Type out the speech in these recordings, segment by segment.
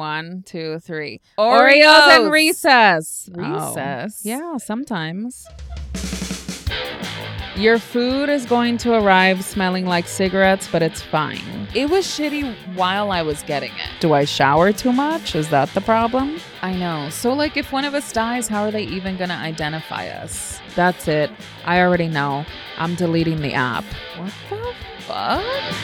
One, two, three. Oreos. Oreos and recess. Recess? Oh, yeah, sometimes. Your food is going to arrive smelling like cigarettes, but it's fine. It was shitty while I was getting it. Do I shower too much? Is that the problem? I know. So, like, if one of us dies, how are they even going to identify us? That's it. I already know. I'm deleting the app. What the fuck?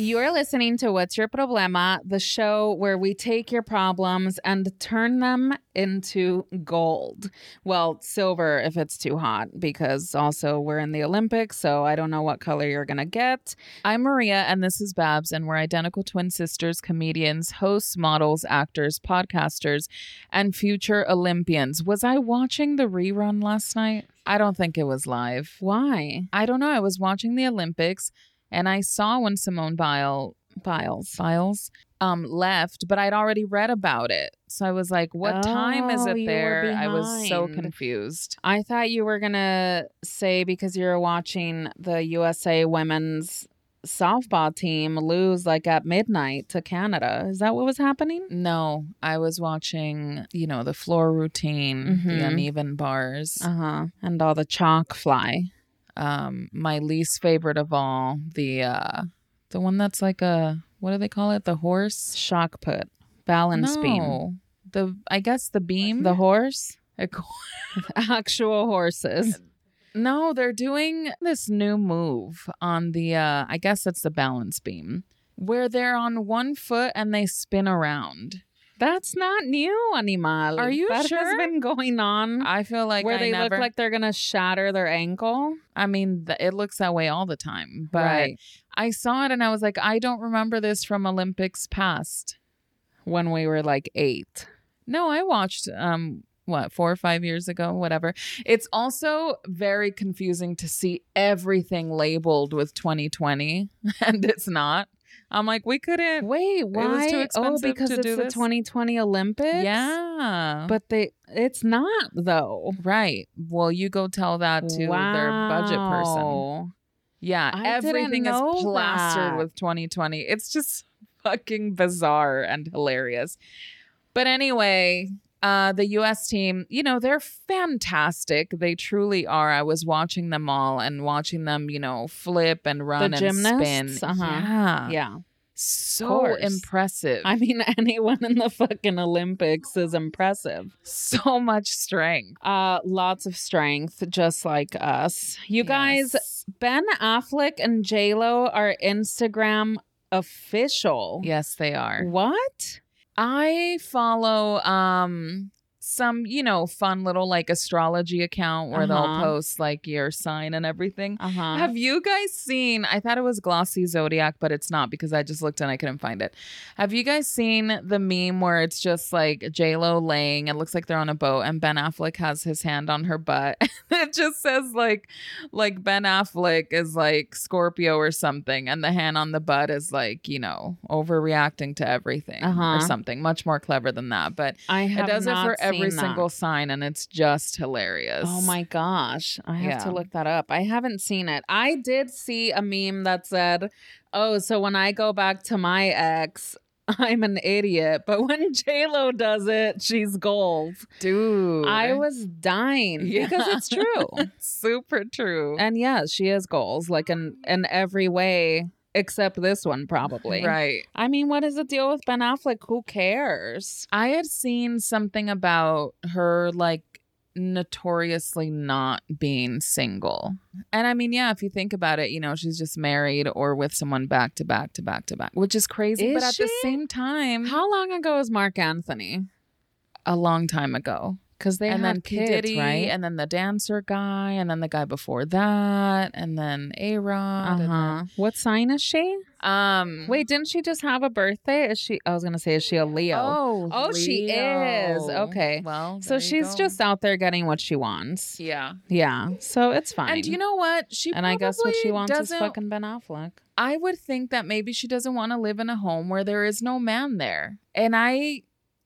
You're listening to What's Your Problema, the show where we take your problems and turn them into gold. Well, silver if it's too hot, because also we're in the Olympics, so I don't know what color you're going to get. I'm Maria, and this is Babs, and we're identical twin sisters, comedians, hosts, models, actors, podcasters, and future Olympians. Was I watching the rerun last night? I don't think it was live. Why? I don't know. I was watching the Olympics, and I saw when Simone Biles Piles. Biles um left, but I'd already read about it. So I was like, what time is Oh, it you were there? I was so behind. confused. I thought you were going to say because you were watching the USA women's softball team lose like at midnight to Canada. Is that what was happening? No, I was watching, you know, the floor routine, the Mhm. uneven bars. Uh huh. And all the chalk fly. Um, my least favorite of all, the uh the one that's like a what do they call it? The horse Shock put. Balance beam. No. The I guess the beam. The horse? A co- Actual horses. no, they're doing this new move on the uh I guess that's the balance beam where they're on one foot and they spin around. That's not new, animal. Are you that sure? has been going on. I feel like Mm-hmm. where I they never- look like they're gonna shatter their ankle. I mean, th- it looks that way all the time, but Right. I saw it and I was like, I don't remember this from Olympics past. When we were like eight. No, I watched um what, 4 or 5 years ago, whatever. It's also very confusing to see everything labeled with 2020 and it's not. I'm like, we couldn't. Wait, why? too oh, expensive because to it's do the this? 2020 Olympics. Yeah. but But they it's not though. right. Well, you go tell that to their budget person. Wow. Yeah, I didn't everything is know plastered that. with 2020. It's just fucking bizarre and hilarious. But anyway, uh the US team, you know, they're fantastic. They truly are. I was watching them all and watching them, you know, flip and run and gymnasts? spin. Uh-huh. Yeah. Yeah. So course. impressive. I mean, anyone in the fucking Olympics is impressive. so much strength. Uh, lots of strength, just like us. You guys, Yes. Ben Affleck and J Lo are Instagram official. Yes, they are. What? I follow um some, you know, fun little like astrology account where they'll Uh-huh. post like your sign and everything. Uh huh. Have you guys seen? I thought it was Glossy Zodiac, but it's not because I just looked and I couldn't find it. Have you guys seen the meme where it's just like J Lo laying? It looks like they're on a boat, and Ben Affleck has his hand on her butt. it just says like, like Ben Affleck is like Scorpio or something, and the hand on the butt is like you know overreacting to everything or Uh-huh. something. Much more clever than that, but I it have does it not for seen every that. single sign, and it's just hilarious. Oh my gosh. I have to Yeah. look that up. I haven't seen it. I did see a meme that said, Oh, so when I go back to my ex, I'm an idiot. But when Lo does it, she's gold. dude! I was dying Yeah. because it's true. super true. and yeah, she is goals, like in in every way except this one, probably. Right. I mean, what is the deal with Ben Affleck? Who cares? I had seen something about her like notoriously not being single. And I mean, yeah, if you think about it, you know, she's just married or with someone back to back to back to back, which is crazy. Is but at the she? same time, How long ago was Mark Anthony? a long time ago. Because they and had then P. kids, Diddy, right? and then the dancer guy, and then the guy before that, and then A Rod. Uh-huh. What sign is she? Um, Wait, didn't she just have a birthday? Is she I was gonna say is she a Leo? Oh, Oh, she is. Leo. Okay. Well, so there you she's go. just out there getting what she wants. yeah. Yeah. So it's fine. And you know what? She and I guess what she probably wants is doesn't- fucking Ben Affleck. I would think that maybe she doesn't want to live in a home where there is no man there. And I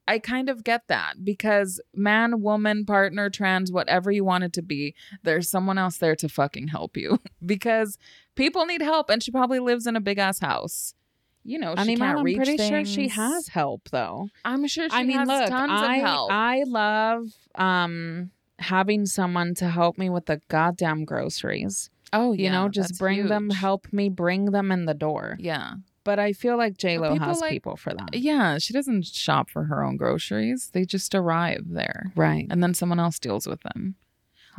I kind of get that because man, woman, partner, trans, whatever you want it to be, there's someone else there to fucking help you because people need help and she probably lives in a big ass house. you know, I Oh, she mean, can't Mom, I'm reach pretty sure she things. has help though. I'm sure she I mean, has look, tons I of help. I love um having someone to help me with the goddamn groceries. oh, You yeah, know, just that's bring them, huge. help me bring them in the door. Yeah, But I feel like J Lo people has like- people for that, yeah. She doesn't shop for her own groceries; they just arrive there, right? and then someone else deals with them.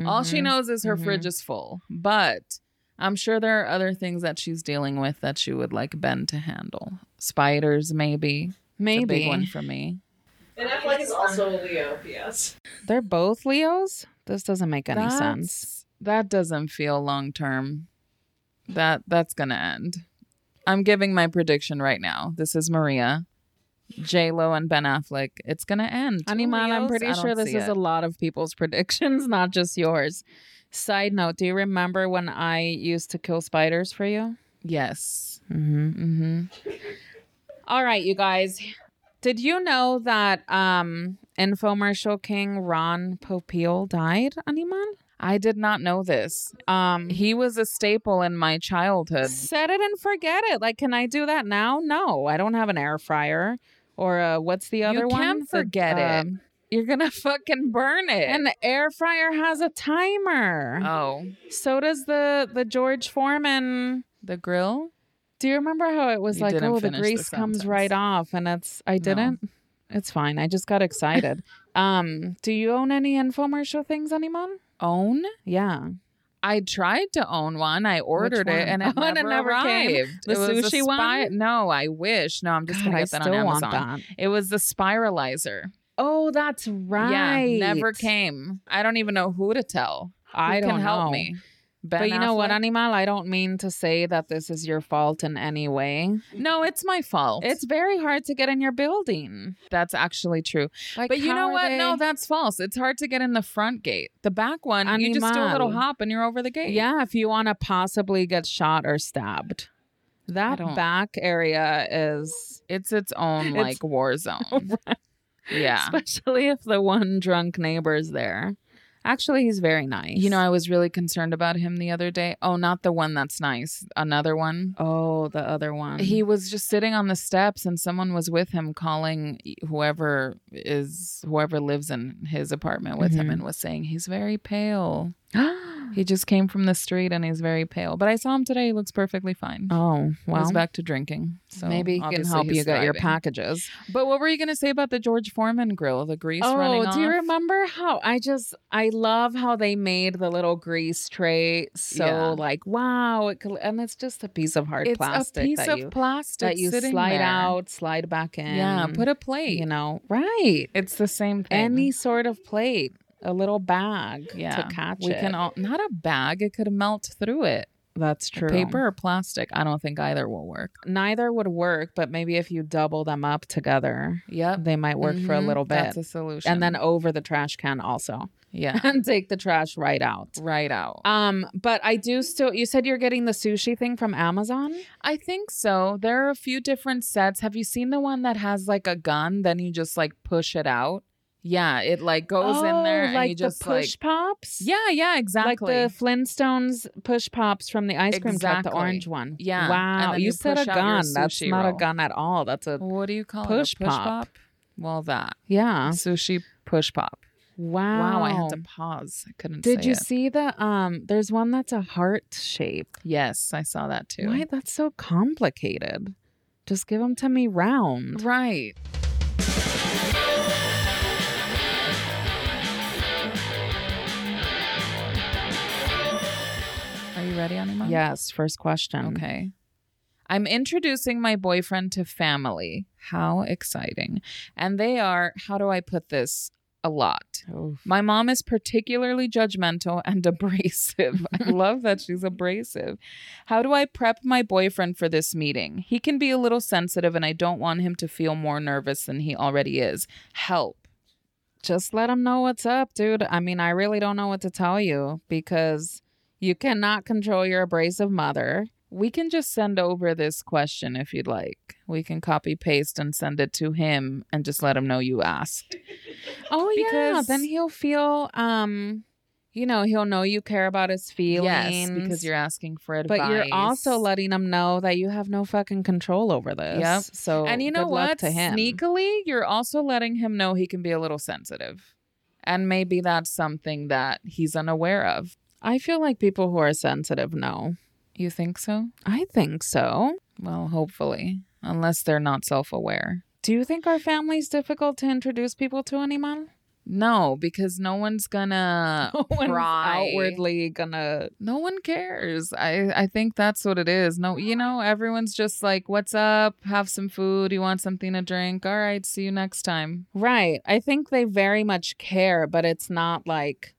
All she Mhm. knows is her Mhm. fridge is full, but I'm sure there are other things that she's dealing with that she would like Ben to handle. Spiders, maybe. It's a maybe big one for me. Ben Affleck is also a Leo, yes. they're both Leos. This doesn't make any That's- sense. That doesn't feel long term. That that's gonna end. I'm giving my prediction right now. This is Maria, J Lo, and Ben Affleck. It's gonna end. Two Animan, I'm Leos? pretty I don't sure this see is a it. lot of people's predictions, not just yours. Side note, do you remember when I used to kill spiders for you? yes. Mm-hmm. Mm-hmm. All right, you guys. Did you know that um infomercial king Ron Popeil died, Animan? I did not know this. Um he He was a staple in my childhood. said it and forget it. Like, can I do that now? No, I don't have an air fryer. Or uh, what's the other you one? can The, forget it. um, You're gonna fucking burn it. And the air fryer has a timer. oh, So does the the George Foreman. the grill. Do you remember how it was You like, didn't oh, the finish the grease comes right sentence. off, and it's I didn't. It's fine. I just got excited. um, do you own any infomercial things, anyone? Own. Yeah, I tried to own one. I ordered one? it and it Oh, never, and it never arrived. came? The It was a sushi one? No, I wish. No, I'm just God, gonna I get that still on Amazon. want that. It was the spiralizer. Oh, that's right. Yeah, never came. I don't even know who to tell. I Who don't can help know. me. Ben But you know what, Affleck? Animal? I don't mean to say that this is your fault in any way. no, it's my fault. It's very hard to get in your building. that's actually true. Like, but you how know are what? No, they- that's false. It's hard to get in the front gate. The back one, you just do a little Animal. hop and you're over the gate. Yeah, if you want to possibly get shot or stabbed. That don't- back area is it's its own It's- like war zone. Yeah. especially if the one drunk neighbor's there. Actually, he's very nice. You know, I was really concerned about him the other day. Oh, not the one that's nice. Another one. oh, the other one. He was just sitting on the steps and someone was with him calling whoever is whoever lives in his apartment with him Mhm. and was saying he's very pale. He just came from the street and he's very pale. But I saw him today. He looks perfectly fine. oh, He's well, back to drinking. So maybe he can obviously help he's you get your thriving. packages. But what were you going to say about the George Foreman grill? The grease running Oh, off? do you remember how I just I love how they made the little grease tray so Yeah. like wow, it could, and it's just a piece of hard It's plastic a piece that of you plastic that you sitting slide there. out, slide back in. Yeah, put a plate. you know, right? It's the same thing. Any sort of plate, a little bag yeah, to catch we it. can all not a bag. It could melt through it. That's true. Paper or plastic? I don't think either will work. Neither would work, but maybe if you double them up together, Yep, they might work for a Mhm. little bit. That's a solution. and then over the trash can also, yeah, and take the trash right out. right out. Um, but I do still. You said you're getting the sushi thing from Amazon. I think so. There are a few different sets. Have you seen the one that has like a gun? Then you just like push it out. Yeah, it like goes in there and Oh, like you just the push Oh, like. pops. Yeah, yeah, exactly. Like the Flintstones push pops from the ice cream truck, the Exactly. orange one. Yeah. And Wow. then You, you said a push out your gun. That's sushi not a roll. gun at all. That's a what do you call push it? A push pop. pop. Well, that yeah. sushi push pop. Wow. Wow, I had to pause. I couldn't. Did say you it. see the um? There's one that's a heart shape. Yes, I saw that too. Why that's so complicated? Just give them to me round. Right. Are you ready, Anima? Yes. First question. Okay. I'm introducing my boyfriend to family. How exciting. And they are, how do I put this? A lot. Oof. My mom is particularly judgmental and abrasive. I love that she's abrasive. How do I prep my boyfriend for this meeting? He can be a little sensitive, and I don't want him to feel more nervous than he already is. Help. Just let them know what's up, dude. I mean, I really don't know what to tell you because you cannot control your abrasive mother. We can just send over this question if you'd like. We can copy paste and send it to him and just let him know you asked. Oh yeah. Because- Then he'll feel um. you know, he'll know you care about his feelings. Yes, because you're asking for advice. but you're also letting him know that you have no fucking control over this. Yep. So and you know good luck what? To him. Sneakily, you're also letting him know he can be a little sensitive. And maybe that's something that he's unaware of. I feel like people who are sensitive know. You think so? I think so. Well, hopefully, unless they're not self aware. Do you think our family's difficult to introduce people to anyone? No, because no one's gonna When pry. outwardly gonna No one cares. I I think that's what it is. No, you know, everyone's just like, "What's up? Have some food. You want something to drink? All right, see you next time." Right. I think they very much care, but it's not like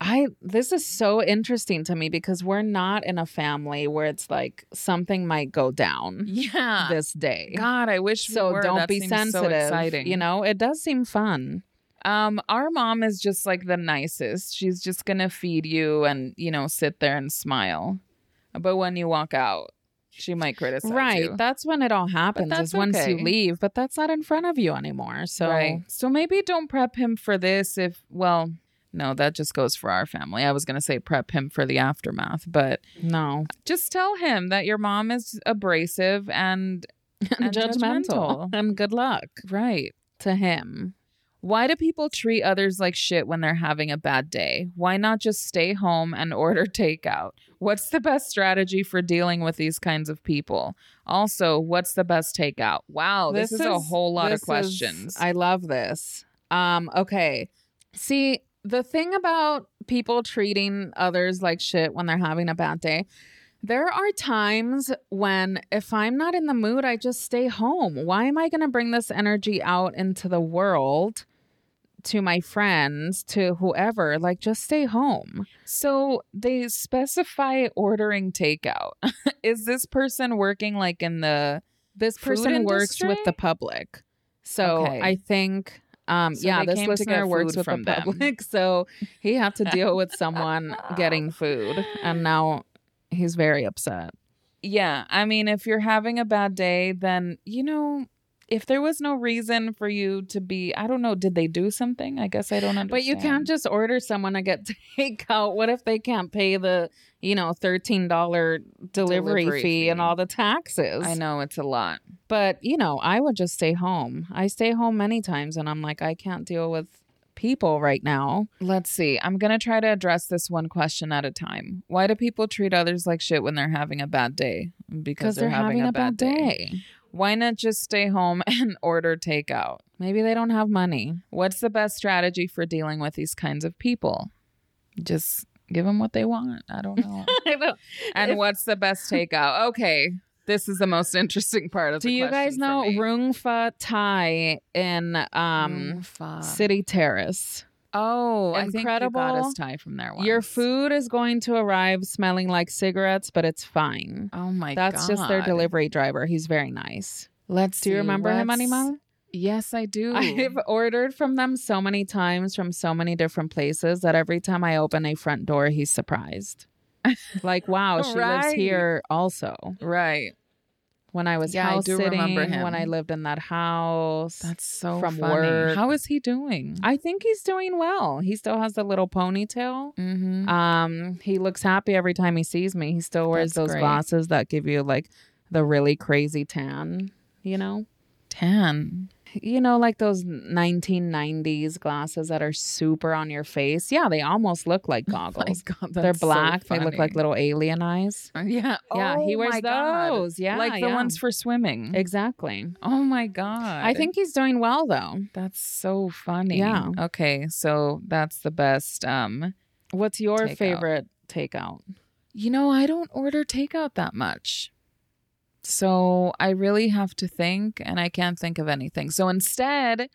I this is so interesting to me because we're not in a family where it's like something might go down Yeah. this day. God, I wish. we so were. don't That be seems So sensitive. exciting. You know, it does seem fun. Um, our mom is just like the nicest. She's just gonna feed you and you know sit there and smile, but when you walk out, she might criticize right. you. That's when it all happens that's is once you okay. leave, but that's not in front of you anymore. So Right. So maybe don't prep him for this. If well, no, that just goes for our family. I was gonna say prep him for the aftermath, but no. just tell him that your mom is abrasive and And judgmental. and good luck right. to him. Why do people treat others like shit when they're having a bad day? Why not just stay home and order takeout? What's the best strategy for dealing with these kinds of people? Also, what's the best takeout? Wow, Oh, this, is, a whole lot this of is- questions. I love this. Um, okay. See, the thing about people treating others like shit when they're having a bad day, there are times when if I'm not in the mood, I just stay home. Why am I going to bring this energy out into the world? To my friends, to whoever, like just stay home. so they specify ordering takeout. is this person working like in the This Food person works with industry? the public, so Okay. I think, um, So yeah, they this came to listener get works with food the from them. public, so he had to deal with someone getting food, and now he's very upset. Yeah, I mean, if you're having a bad day, then you know, if there was no reason for you to be, I don't know, did they do something? I guess I don't understand. But you can't just order someone to get takeout. What if they can't pay the, you know, thirteen dollar delivery, Delivery fee and fee. all the taxes? I know it's a lot. But you know, I would just stay home. I stay home many times, and I'm like, I can't deal with people right now. Let's see. I'm going to try to address this one question at a time. Why do people treat others like shit when they're having a bad day? because they're, having, a bad day. Why not just stay home and order takeout? Maybe they don't have money. What's the best strategy for dealing with these kinds of people? Just give them what they want. I don't know. And If- what's the best takeout? Okay, this is the most interesting part of Do the you guys question for know me. Rungfa Thai in um, Oomfa. City Terrace? oh, I think you got Incredible. us Thai from there. Once. Your food is going to arrive smelling like cigarettes, but it's fine. Oh my god, That's just their delivery driver. He's very nice. Let's. Do you see, remember him, what's- Animal? Yes, I do. I've ordered from them so many times from so many different places that every time I open a front door, he's surprised. like, wow, she lives Right. here also. right. When I was Yeah, I house do sitting, remember when him. I lived in that house. That's so From funny. work. How is he doing? I think he's doing well. He still has the little ponytail. mm-hmm. Um, he looks happy every time he sees me. He still wears That's those great. glasses that give you like the really crazy tan, you know? Tan. You know, like those 1990s glasses that are super on your face. Yeah, they almost look like Oh my goggles. god, They're that's so black. they look like funny. little alien eyes. Yeah. yeah, he Oh wears my those. God. Yeah, like the yeah. ones for swimming. Exactly. oh my god. I think he's doing well though. That's so funny. Yeah. Okay, so that's the best. Um, What's your Takeout. favorite takeout? you know, I don't order takeout that much. So I really have to think and I can't think of anything. So instead,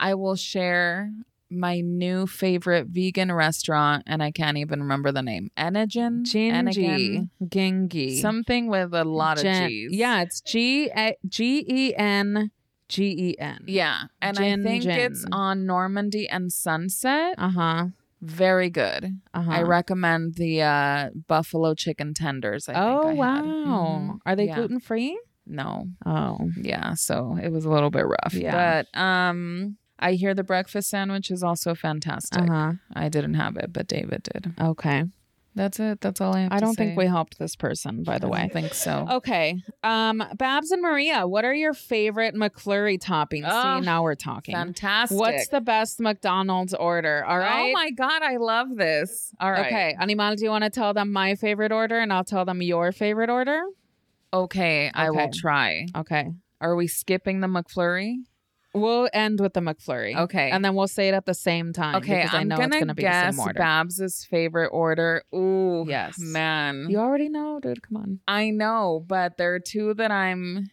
I will share my new favorite vegan restaurant and I can't even remember the name. Enogen? Gingy. Enogen? Gingy. Something with a lot of Gen- cheese. Yeah, it's G A- G E N G E N. Yeah. And Gin, I think it's gin. on Normandy and Sunset. Uh huh. Very good. Uh huh. I recommend the uh, buffalo chicken tenders. I oh think I wow. had. Mhm. Are they Yeah. gluten free? No, Oh. yeah. So it was a little bit rough. Yeah. But um, I hear the breakfast sandwich is also fantastic. Uh I didn't have it, but David did. huh. Okay. That's it. That's all I have I to don't think say. we Oh, helped this person, by the I way. don't think so. Okay. Um, Babs and Maria, what are your favorite McFlurry toppings? Oh, See, now we're talking. Fantastic. What's the best McDonald's order? All right. Oh my god, I love this. All right. Okay, Animal, do you want to tell them my favorite order and I'll tell them your favorite order? Okay, I Okay. will try. Okay. Are we skipping the McFlurry? We'll end with the McFlurry. Okay. And then we'll say it at the same time. okay, because I I'm know gonna it's gonna be the guess same order. Babs's favorite order. Ooh, Yes. man. You already know, dude. Come on. I know, but there are two that I'm.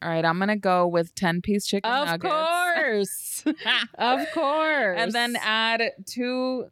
All right, I'm gonna go with ten piece chicken nuggets. course. of course. and then add two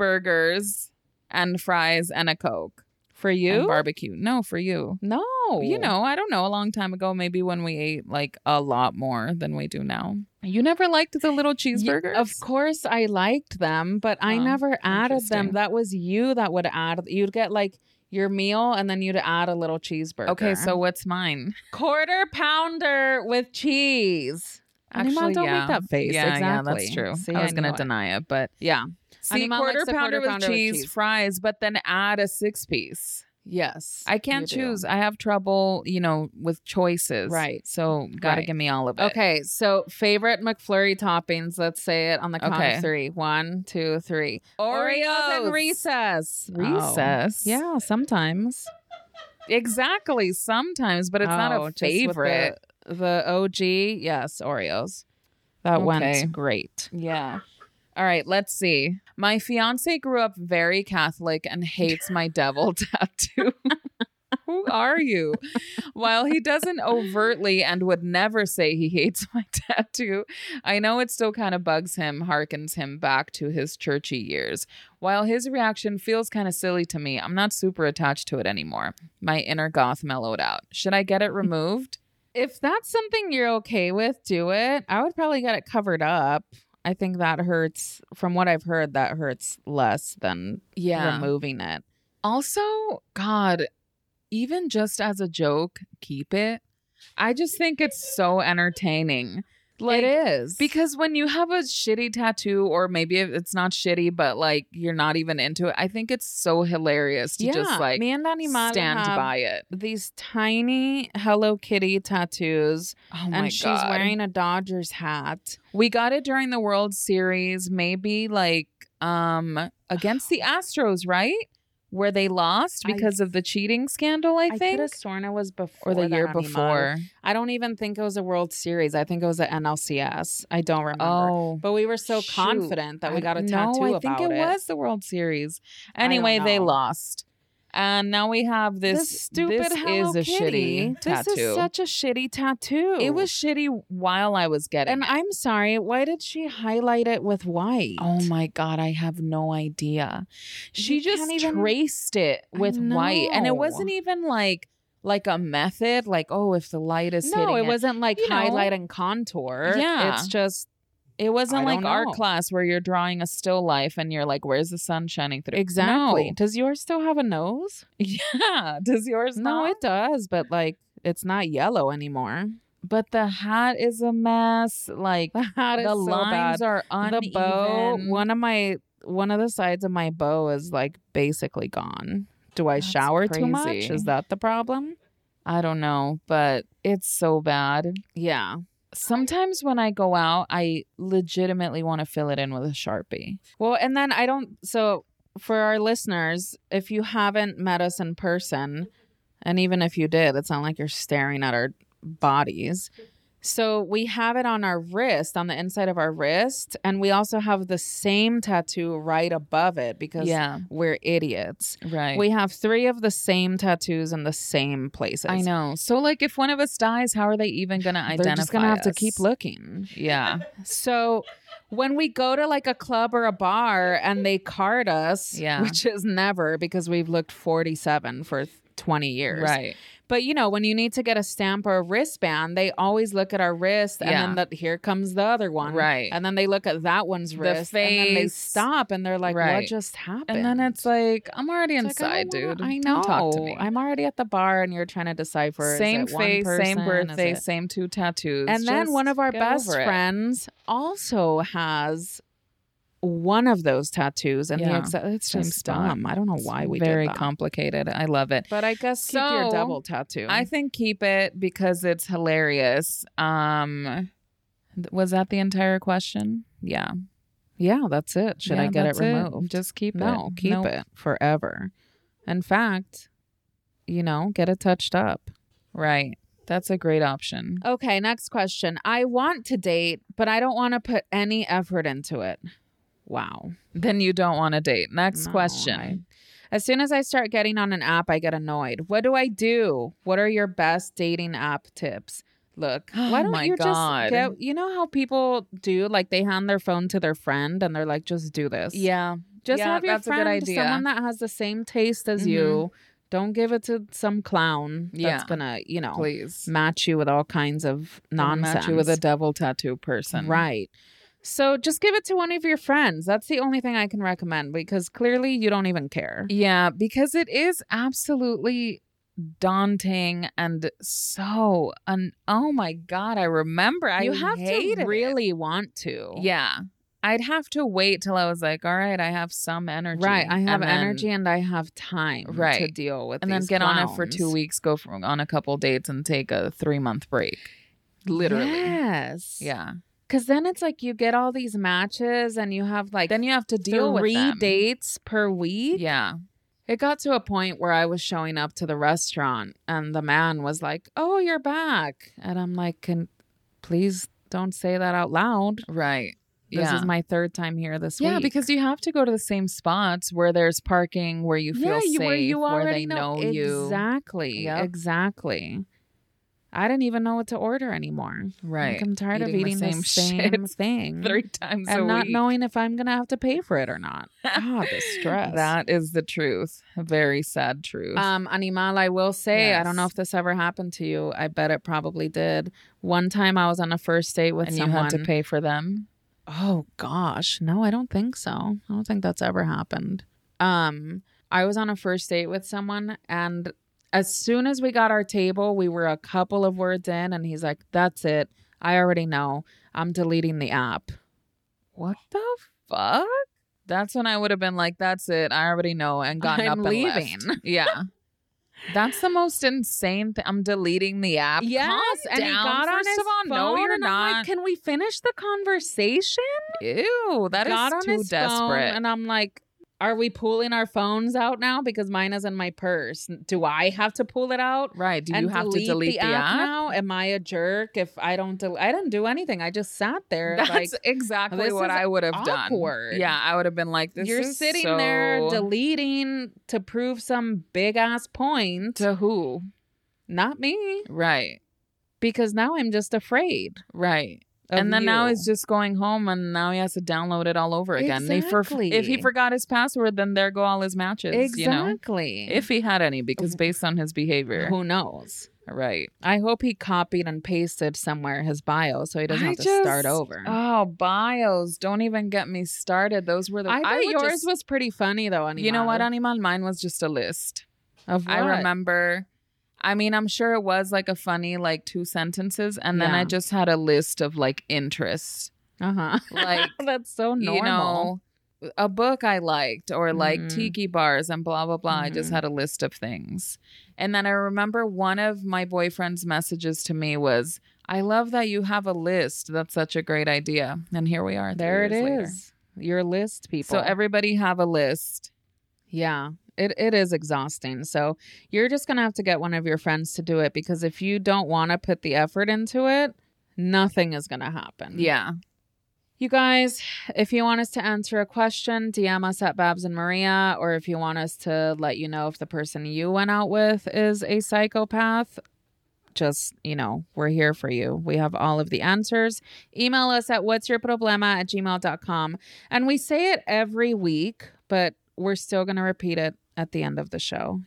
cheeseburgers and fries and a coke for and you? barbecue. No, for you. no. You know, I don't know. A long time ago, maybe when we ate like a lot more than we do now. You never liked the little Ye- cheeseburgers. Of course, I liked them, but I Huh, never added them. interesting. That was you that would add. You'd get like your meal, and then you'd add a little cheeseburger. Okay, so what's mine? quarter pounder with cheese. Animal, don't make that face. Yeah, yeah, exactly. that's true. See, I was gonna knew it. deny it, but Yeah. see, Animal quarter, likes a pounder, quarter with, pounder with cheese, cheese. fries, but then add a six piece. Yes. I can't you do. choose. I have trouble, you know, with choices. Right. So gotta Right. give me all of it. Okay, so favorite McFlurry toppings. Let's say it on the count Okay. of three. One, two, three. and Oreos. recess. Recess. Oh. Yeah, sometimes. Exactly. Sometimes, but it's Oh, not a just with the- favorite. The, OG, yes, Oreos. That Okay. went great. Yeah. All right, let's see. My fiance grew up very Catholic and hates my devil tattoo. Who are you? While he doesn't overtly and would never say he hates my tattoo, I know it still kind of bugs him, harkens him back to his churchy years. While his reaction feels kind of silly to me, I'm not super attached to it anymore. My inner goth mellowed out. Should I get it removed? If that's something you're okay with, do it. I would probably get it covered up. I think that hurts. From what I've heard, that hurts less than removing it. Also, God, even just as a joke, keep it. I just think it's so entertaining. Like, it is Because when you have a shitty tattoo, or maybe it- it's not shitty, but like you're not even into it, I think it's so hilarious to yeah, just like me and Animal stand have by it. these tiny Hello Kitty tattoos, Oh and she's wearing a Dodgers hat. We got it during the World Series, maybe like um against the Astros, right? Where they lost I- because of the cheating scandal, I, I, could think, have sworn it was before or the that, year Animal. before. I don't even think it was a World Series. I think it was an NLCS. I don't remember. Oh, But we were so Shoot. confident that we I- got a no, tattoo I think about it, was the World Series. I don't Anyway, they know. lost, and now we have this. this stupid this Hello is a Kitty. shitty tattoo. This is such a shitty tattoo. it was shitty while I was getting. and it. I'm sorry. Why did she highlight it with white? oh my god, I have no idea. She You just can't even- traced it I with white, and know. it wasn't even like like a method. Like oh, if the light is hitting no, it wasn't like You know. highlight and contour. Yeah. it's just It wasn't I like don't art know. class where you're drawing a still life and you're like, where's the sun shining through? exactly. Does yours still have a nose? No. Yeah. Does yours No, not? it does, but like it's not yellow anymore. but the hat is a mess. Like The hat the is so lines bad. are uneven. the bow one of my one of the sides of my bow is like basically gone do i That's shower too much crazy. is that the problem I don't know, but it's so bad. yeah Sometimes when I go out, I legitimately want to fill it in with a sharpie. well and then i don't so for our listeners if you haven't met us in person and even if you did it's not like you're staring at our bodies so we have it on our wrist on the inside of our wrist and we also have the same tattoo right above it because Yeah, we're idiots right. We have three of the same tattoos in the same places. I know. So like, if one of us dies, how are they even gonna identify? They're just gonna have to keep us? looking. Yeah, So when we go to like a club or a bar and they card us, Yeah. which is never because we've looked 47 for 20 years. right. But you know, when you need to get a stamp or a wristband, they always look at our wrist Yeah. and then the, here comes the other one. Right. And then they look at that one's wrist and then they face. stop and they're like, what Right. just happened? And then it's like, I'm already It's like, I inside, don't wanna- dude. I know. Don't talk to me. I'm already at the bar and you're trying to decipher. same is it one face, same person? Is birthday, it- same two tattoos. And then Just one of our get best over it. friends also has one of those tattoos, and Yeah. the exa- it's Same just spot. dumb. I don't know why we very did that. complicated. I love it. but I guess keep your So, double tattoo. I think keep it because it's hilarious. Um, th- was that the entire question? Yeah. yeah, that's it. Should I Yeah, get it that's removed? Just keep it. no, keep Nope. it forever. In fact, you know, get it touched up. Right. That's a great option. Okay, next question. I want to date, but I don't want to put any effort into it. Wow. Then you don't want to date. Next No, question. I- As soon as I start getting on an app, I get annoyed. What do I do? What are your best dating app tips? Look, Oh why don't my you God. just get, you know how people do like they hand their phone to their friend and they're like just do this. yeah. Just yeah, have your that's a good friend idea. Mm-hmm. someone that has the same taste as you. Don't give it to some clown Yeah. that's going to, you know, Please. match you with all kinds of Don't nonsense. Match you with a devil tattoo person. Right. So just give it to one of your friends. That's the only thing I can recommend because clearly you don't even care. Yeah, because it is absolutely daunting and so un- oh my god, I remember I you have hated to it. really want to. Yeah. I'd have to wait till I was like, all right, I have some energy. Right. I have and then- energy and I have time to Right. deal with And then these get on it for clowns. two weeks, go for, on a couple dates and take a three month break. Literally. Yes. Yeah. Because then it's like you get all these matches and you have like Then you have to deal three with them. dates per week. Yeah. It got to a point where I was showing up to the restaurant and the man was like, Oh, you're back. And I'm like, Can please don't say that out loud. Right. This yeah. is my third time here this yeah, week. because you have to go to the same spots where there's parking, where you feel safe, where you already they know, you. Exactly. Yep. Exactly. I didn't even know what to order anymore. Like, Right. I'm tired of Eating eating the the same, same shit thing Three times a and not week. knowing if I'm going to have to pay for it or not. Ah, the stress. That is the truth. A very sad truth. Um, Animal, I will say, I don't know Yes. if this ever happened to you. I bet it probably did. One time I was on a first date with and you someone. had to pay for them. Oh gosh, no, I don't think so. I don't think that's ever happened. Um, I was on a first date with someone and as soon as we got our table, we were a couple of words in and he's like, "That's it. I already know. I'm deleting the app." What the fuck? That's when I would have been like, "That's it. I already know," and gotten I'm up leaving. and left. Yeah, that's the most insane. thing. I'm deleting the app. and Calm he down, got on first his of all, phone, No, you're and I'm like, not. "Can we finish the conversation?" Ew, that is got on too his phone, desperate. and I'm like, "Are we pulling our phones out now? Because mine is in my purse. Do I have to pull it out?" right? Do you and have to delete the, now? Am I a jerk if I don't? Del- I didn't do anything. I just sat there. That's like exactly this what is I would have awkward. done. Yeah, I would have been like, "This you're is sitting there so- deleting to prove some big ass point. to who? Not me, Right, because now I'm just afraid. right. of and then now you. he's just going home, and now he has to download it all over again. They for- Exactly. if he forgot his password, then there go all his matches. You know, exactly. if he had any, because based on his behavior, who knows. right? I hope he copied and pasted somewhere his bio so he doesn't I have to start just- over. Oh, bios! Don't even get me started. Those were the. I bet would yours just- was pretty funny though. Animal. You know what, Animal? Mine was just a list. Of I what? remember. I mean, I'm sure it was like a funny, like two sentences, and then Yeah. I just had a list of like interests, Uh huh. like That's so normal. you know, a book I liked, or like Mhm. tiki bars and blah blah blah. I just Mhm. had a list of things, and then I remember one of my boyfriend's messages to me was, "I love that you have a list. That's such a great idea." And here we are. three There it years later. is. Your list, people. So everybody have a list. yeah, it, it is exhausting. So you're just gonna have to get one of your friends to do it because if you don't want to put the effort into it, nothing is gonna happen. Yeah. You guys, Mm-hmm. if you want us to answer a question, DM us at Babs and Maria, or if you want us to let you know if the person you went out with is a psychopath, just, you know, we're here for you. We have all of the answers. Email us at what's your problema at gmail.com. And we say it every week, but we're still going to repeat it at the end of the show.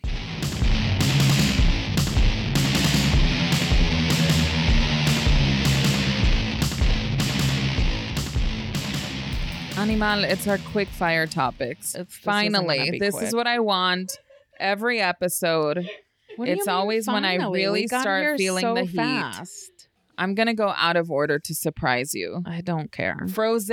Animal, it's our quick fire topics. It's- this isn't gonna Finally, be this quick. is what I want every episode. What do you It's mean, always when I finally? really We got start here feeling so the heat. fast. I'm going to go out of order to surprise you. I don't care. Froze.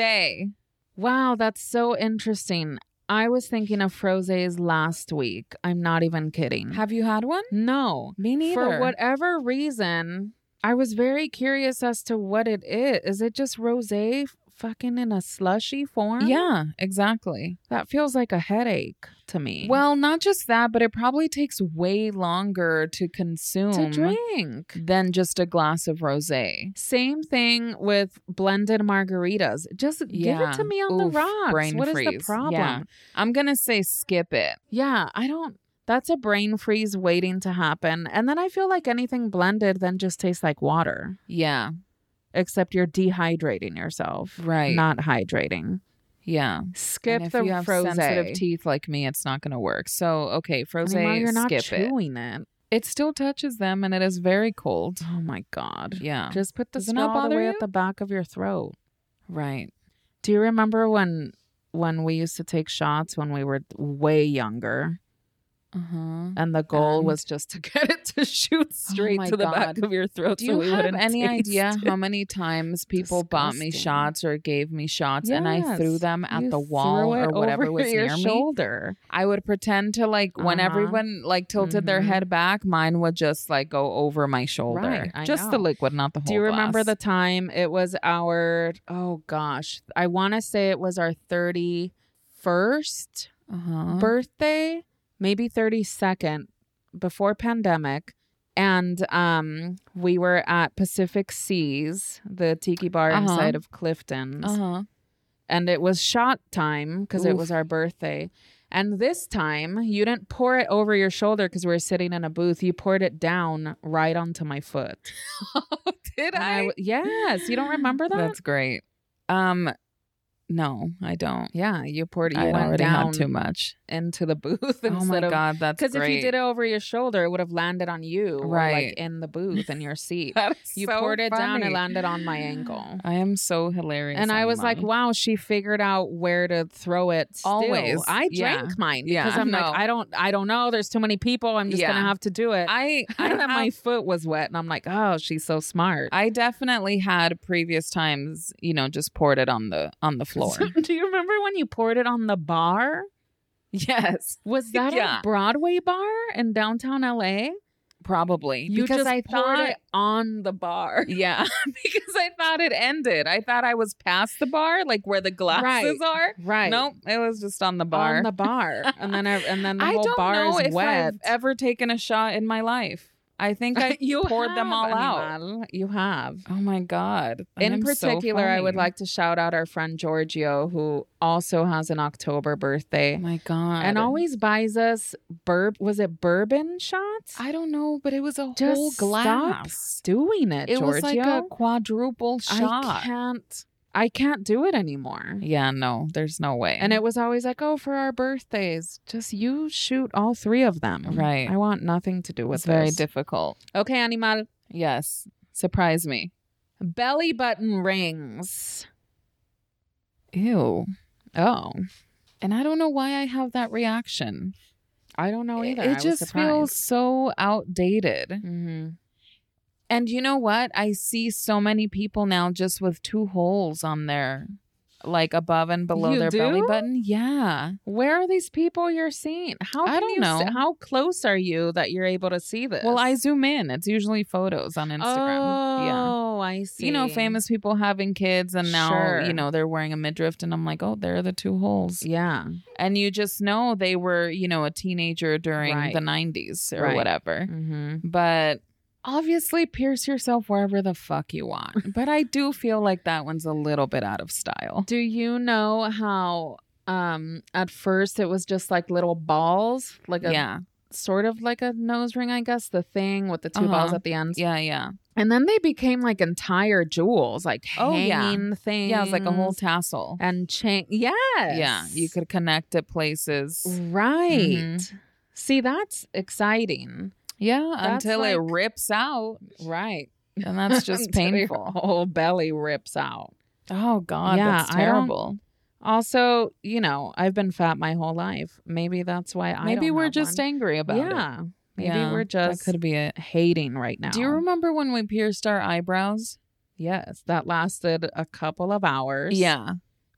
Wow, that's so interesting. I was thinking of Froze's last week. I'm not even kidding. Have you had one? no. Me For whatever reason, I was very curious as to what it is. Is it just rosé f- fucking in a slushy form? Yeah, exactly. That feels like a headache to me. Well, not just that, but it probably takes way longer to consume to drink. than just a glass of rosé. Same thing with blended margaritas. Just give Yeah. it to me on Oof, the rocks. What is brain the freeze. problem? Yeah. I'm going to say skip it. Yeah, I don't. That's a brain freeze waiting to happen. And then I feel like anything blended then just tastes like water, Yeah, except you're dehydrating yourself, right. not hydrating. yeah. Skip and if the you have sensitive frozen. teeth like me, it's not going to work. So, okay, froze, Anymore, you're not skip it. chewing it. It still touches them and it is very cold. Oh my god! Yeah. Just put the Does it straw not all the bother way you? at the back of your throat. Right. Do you remember when when we used to take shots when we were way younger, Uh-huh. and the goal And- was just to get it to shoot straight Oh my to the back God. of your throat? Do so you we have wouldn't any taste idea it? how many times people bought me Disgusting. shots or gave me shots and I threw Yes. them at You the wall threw it or whatever over was your near me? shoulder. I would pretend to like when Uh-huh. everyone like tilted their Mhm. head back, mine would just like go over my shoulder. Right, I just the know. liquid, not the whole Do you remember the glass. time it was our oh gosh, I want to say it was our 31st uh-huh. birthday, maybe 32nd before pandemic and um we were at Pacific Seas, the tiki bar Uh-huh. inside of Clifton's. uh-huh. and it was shot time because it Oof. was our birthday. And this time, you didn't pour it over your shoulder because we were sitting in a booth. You poured it down right onto my foot. Did And I? w- yes, you don't remember that? That's great. Um no, I don't. yeah, you poured. You I went already down had too much. into the booth Oh my instead of god, that's because great. if you did it over your shoulder, it would have landed on you, or, Right. Like in the booth in your seat. That is you so poured it down. It funny. landed on my ankle. I am so hilarious. And I was like, Animal. wow, she figured out where to throw it. still. Always. I Yeah. drank mine Yeah, because I'm no. like, I don't, I don't know. There's too many people. I'm just Yeah. gonna have to do it. I I and then have, my foot was wet, and I'm like, oh, she's so smart. I definitely had previous times, you know, just poured it on the on the floor. do you remember when you poured it on the bar? yes, Was that Yeah. a Broadway bar in downtown LA? probably You because just I poured thought it on the bar. yeah, because I thought it ended. I thought I was past the bar, like where the glasses Right. are. Right. Nope, it was just on the bar. On the bar, and then I, and then the I whole don't bar know is if wet. I've ever taken a shot in my life. I think I you poured them all have, out. Animal. You have. Oh my god! In I'm so particular, I would funny. like to shout out our friend Giorgio, who also has an October Oh birthday my god! and always buys us burb. Was it bourbon shots? I don't know, but it was a Just whole stop glass. Doing it, It Giorgio. was like a quadruple I shot. can't. I can't do it anymore. Yeah, no, there's no way. And it was always like, oh, for our birthdays, just you shoot all three of them. Right. I want nothing to do with was very this. difficult. okay, animal. Yes, surprise me. Belly button rings. Ew. Oh, And I don't know why I have that reaction. I don't know either. It- I It was just surprised. feels so outdated. Mhm. And you know what? I see so many people now just with two holes on their, like above and below You their belly do? button. Yeah. Where are these people you're seeing? How I can don't you s- know. how close are you that you're able to see this? Well, I zoom in. It's usually photos on Instagram. Yeah. Oh, I see. you know, famous people having kids and now, Sure. you know, they're wearing a midriff and I'm like, oh, there are the two holes. Yeah. And you just know they were, you know, a teenager during Right. the 90s or Right. whatever. Mm-hmm. But obviously pierce yourself wherever the fuck you want. but I do feel like that one's a little bit out of style. Do you know how? Um, at first it was just like little balls, like a yeah. sort of like a nose ring, I guess, the thing with the 2 Uh-huh. balls at the ends. Yeah, yeah. And then they became like entire jewels, like Oh, hanging yeah. things. Yeah, it was like a whole tassel. and chain. Yes. Mm. Yeah. You could connect it places. Right. Mhm. See, that's exciting. Yeah, That's until it like- rips out. Right. And that's just Until your painful. whole belly rips out. Oh God, Yeah, that's I don't- terrible. Also, you know, I've been fat my whole life. Maybe that's why I Maybe don't we're have just one. angry about it. yeah. Maybe Yeah, we're that just could be it. hating right now. Do you remember when we pierced our eyebrows? Yes, that lasted a couple of hours. Yeah,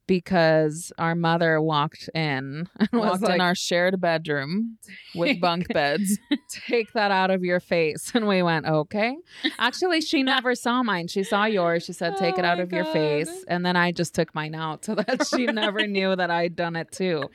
because our mother walked in and was walked like, in our shared bedroom with bunk beds. "Take that out of your face," and we went, "Okay." Actually, she never saw mine. She saw yours. She said, "Take Oh it out my of your God. face," and then I just took mine out so that she never knew that I'd done it too.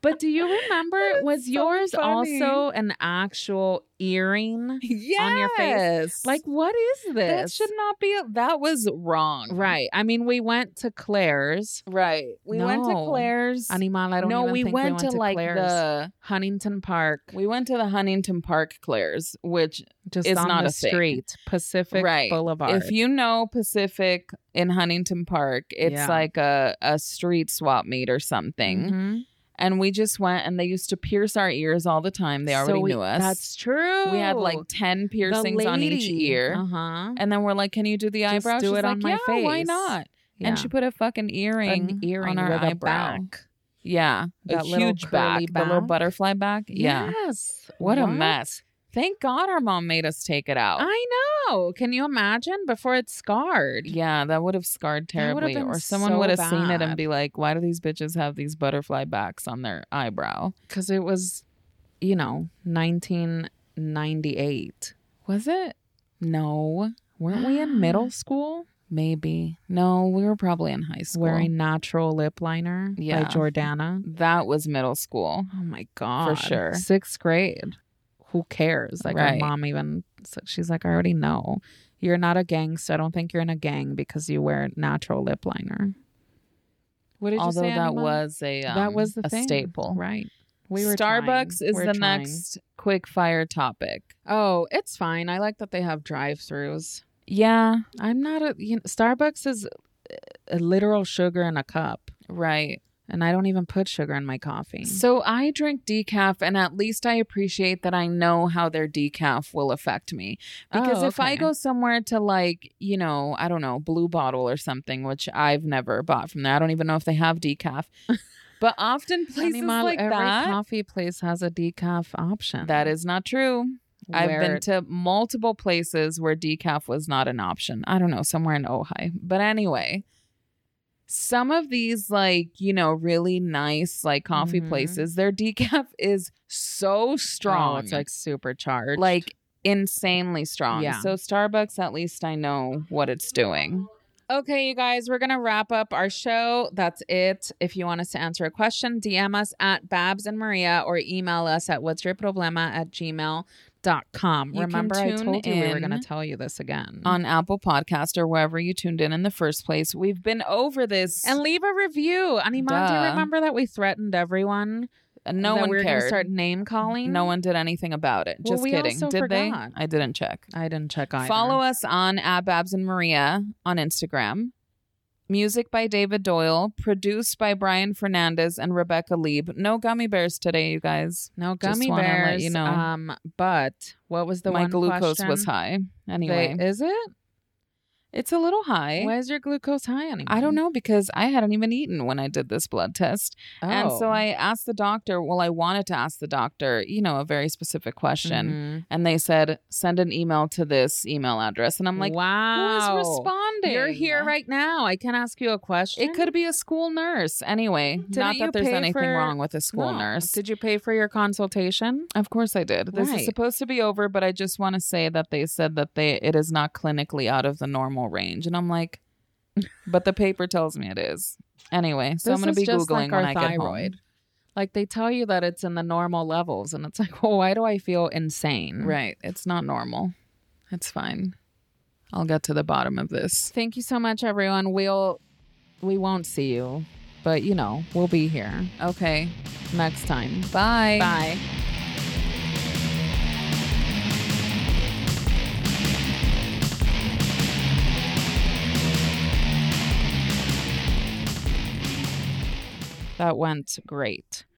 But do you remember? is Was so yours funny. also an actual earring? yes. Like, Like what is this? that should not be. That was wrong. right. I mean, we went to Claire's. Right. We went to No. Claire's. Animal, I don't no, even we think went, we went to, like Claire's. the Huntington Park. we went to the Huntington Park Claire's, which just It's on not the a thing. street, Pacific Right. Boulevard. If you know Pacific in Huntington Park, it's Yeah. like a, a street swap meet or something. Mhm. And we just went and they used to pierce our ears all the time. They So already we- knew us. That's true. we had like 10 piercings on each ear. Uh huh. And then we're like, can you do the Just eyebrows? do She's it on like, my yeah, Why face." not? And she put a fucking earring, an earring on our with eyebrow. a back. Yeah. That a little huge back, curly The little back. butterfly back. Yeah. Yes. What a mess. Thank God our mom made us take it out. I know. Can you imagine? Before it's scarred. Yeah, that would have scarred That would have terribly. been Or someone so would have seen it bad. and be like, why do these bitches have these butterfly backs on their eyebrow? Because it was, you know, 1998. Was it? No. Weren't we in middle school Maybe. No, we were probably in high school. wearing natural lip liner Yeah. by Jordana? that was middle school. Oh my god. sure. Sixth grade. Who cares? Like our Right. mom even so she's like, I already know. You're not a gang, so I don't think you're in a gang because you wear natural lip liner. What did Although you say? that Anima? was a um, that was the a thing. staple. Right. We were Starbucks trying. is We're the trying. next quick fire topic. Oh, it's fine. I like that they have drive throughs. Yeah, I'm not a you know, Starbucks is a literal sugar in a cup. right. And I don't even put sugar in my coffee. So I drink decaf, and at least I appreciate that I know how their decaf will affect me. Because Oh, if I okay. go somewhere to like, you know, I don't know, Blue Bottle or something, which I've never bought from there, I don't even know if they have decaf. but often places Animal, like every that, coffee place has a decaf option. that is not true. I've Where- been to multiple places where decaf was not an option. I don't know, somewhere in Ojai. But anyway, some of these, like, you know, really nice, like coffee Mhm. places, their decaf is so strong. Oh, it's like supercharged. like insanely strong. Yeah. So Starbucks, at least I know what it's doing. okay, you guys, we're gonna wrap up our show. That's it. If you want us to answer a question, DM us at Babs and Maria or email us at what's your problema at gmail.com. You can Remember, I tune told you we were in gonna tell you this again. On Apple Podcast or wherever you tuned in in the first place, we've been over this, and and leave a review. Animan, do you Duh. remember that we threatened everyone? no that one we were cared. gonna start name calling. no one did anything about it. Well, Just we kidding. also Did forgot. they? I didn't check. I didn't check either. Follow us on at Babs and Maria on Instagram. Music by David Doyle, produced by Brian Fernandez and Rebecca Lieb. No gummy bears today, you guys. No Just gummy wanna let bears. you know. Um, but what was the My one glucose question? was high. They- Anyway, is it? it's a little high. Why is your glucose high anymore? I don't know because I hadn't even eaten when I did this blood test. Oh. And so I asked the doctor, well, I wanted to ask the doctor, you know, a very specific Mhm. question. And they said, send an email to this email address. And I'm like, wow. who's responding? You're here right now. I can ask you a question. It could be a school nurse. Anyway, not you that there's pay anything for- wrong with a school No. nurse. Did you pay for your consultation? Of course I did. This Right. is supposed to be over, but I just want to say that they said that they it is not clinically out of the normal range. And I'm like, but the paper tells me it is. Anyway, so I'm This going is to be just googling like when our I get home. thyroid. Like they tell you that it's in the normal levels, and it's like, well, why do I feel insane? Right. It's not normal. It's fine. I'll get to the bottom of this. Thank you so much, everyone. We'll we won't see you, but you know we'll be here Okay. next time. Bye. Bye. That went great.